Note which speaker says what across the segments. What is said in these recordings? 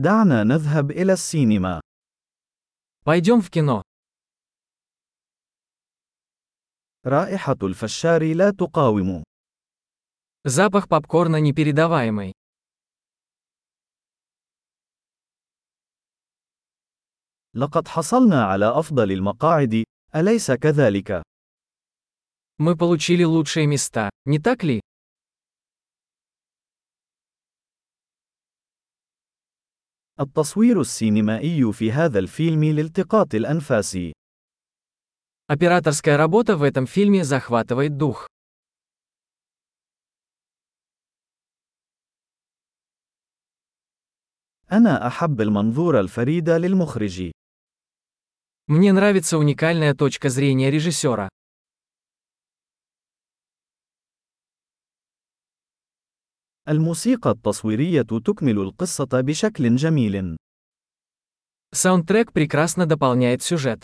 Speaker 1: دعنا نذهب إلى السينما.
Speaker 2: Пойдем в кино.
Speaker 1: رائحة الفشار لا تقاوم.
Speaker 2: Запах попкорна непередаваемый.
Speaker 1: لقد حصلنا على أفضل المقاعد، أليس كذلك؟
Speaker 2: Мы получили лучшие места, не так ли?
Speaker 1: التصوير السينمائي في هذا الفيلم لالتقاط الأنفاس.
Speaker 2: Операторская работа в этом фильме захватывает дух.
Speaker 1: أنا أحب المنظور الفريد للمخرج.
Speaker 2: Мне нравится уникальная точка зрения режиссера.
Speaker 1: الموسيقى التصويرية تكمل القصة بشكل جميل.
Speaker 2: Саундтрек прекрасно дополняет сюжет.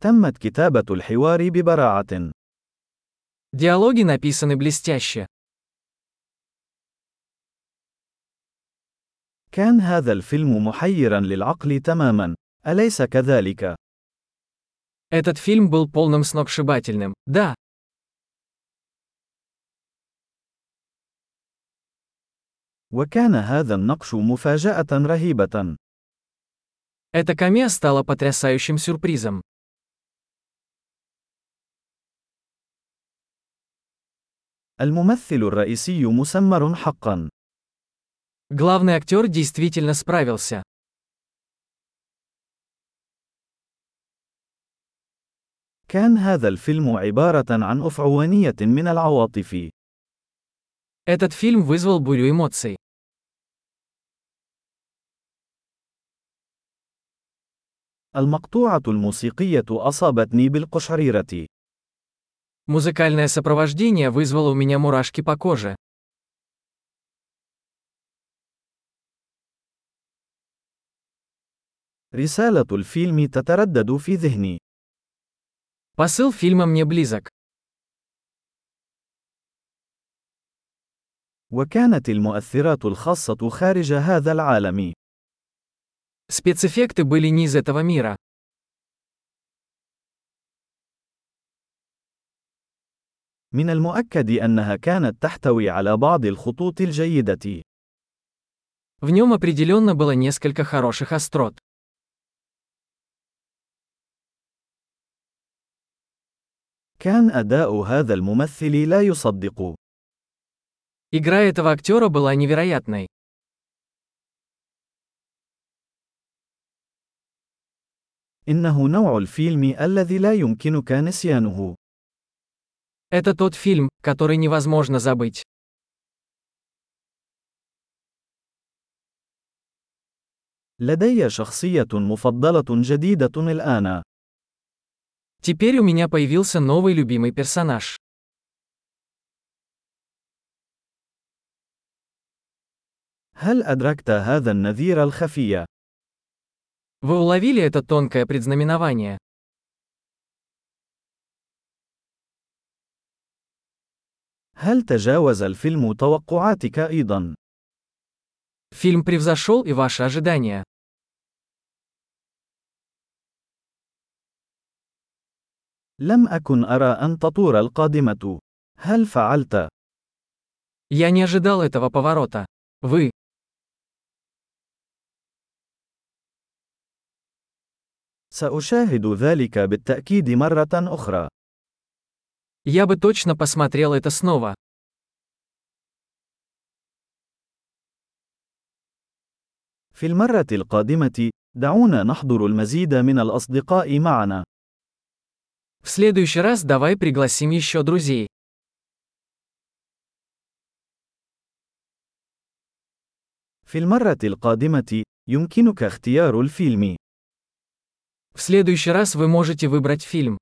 Speaker 1: تمت كتابة الحوار ببراعة.
Speaker 2: Диалоги написаны блестяще.
Speaker 1: كان هذا الفيلم محيرا للعقل تماما، أليس كذلك؟
Speaker 2: Этот фильм был полным сногсшибательным. Да,
Speaker 1: وكان هذا النقش مفاجأة رهيبة.
Speaker 2: эта камея стала потрясающим сюрпризом.
Speaker 1: الممثل الرئيسي مسمر حقا.
Speaker 2: Главный актер действительно справился.
Speaker 1: كان هذا الفيلم عبارة عن أفعوانية من العواطف.
Speaker 2: Этот фильм вызвал бурю эмоций.
Speaker 1: المقطوعة الموسيقية أصابتني بالقشعريرة.
Speaker 2: Музыкальное сопровождение вызвало у меня мурашки по коже.
Speaker 1: رسالة الفيلم تتردد في ذهني.
Speaker 2: Посыл фильма мне близок.
Speaker 1: وكانت المؤثرات الخاصة خارج هذا العالم.
Speaker 2: Спецэффекты были не из этого мира.
Speaker 1: من المؤكد أنها كانت تحتوي على بعض الخطوط الجيدة.
Speaker 2: В нем определенно было несколько хороших острот.
Speaker 1: كان أداء هذا الممثل لا يصدق.
Speaker 2: Игра этого актера была невероятной.
Speaker 1: إنه نوع الفيلم الذي لا يمكنك نسيانه.
Speaker 2: Это тот фильм, который невозможно забыть.
Speaker 1: لدي شخصية مفضلة جديدة الآن.
Speaker 2: Теперь у меня появился новый любимый персонаж.
Speaker 1: هل أدركت هذا النذير الخفي؟
Speaker 2: Вы уловили это тонкое предзнаменование.
Speaker 1: هل تجاوز الفيلم توقعاتك أيضا؟
Speaker 2: Фильм превзошел и ваши ожидания.
Speaker 1: لم أكن أرى أن تطور القادمة. هل فعلت؟
Speaker 2: Я не ожидал этого поворота. Вы.
Speaker 1: سأشاهد ذلك بالتأكيد مرة أخرى.
Speaker 2: Я бы точно посмотрел это снова.
Speaker 1: في المرة القادمة، دعونا نحضر المزيد من الأصدقاء معنا.
Speaker 2: В следующий раз давай пригласим еще друзей.
Speaker 1: في المرة القادمة، يمكنك اختيار الفيلم.
Speaker 2: В следующий раз вы можете выбрать фильм.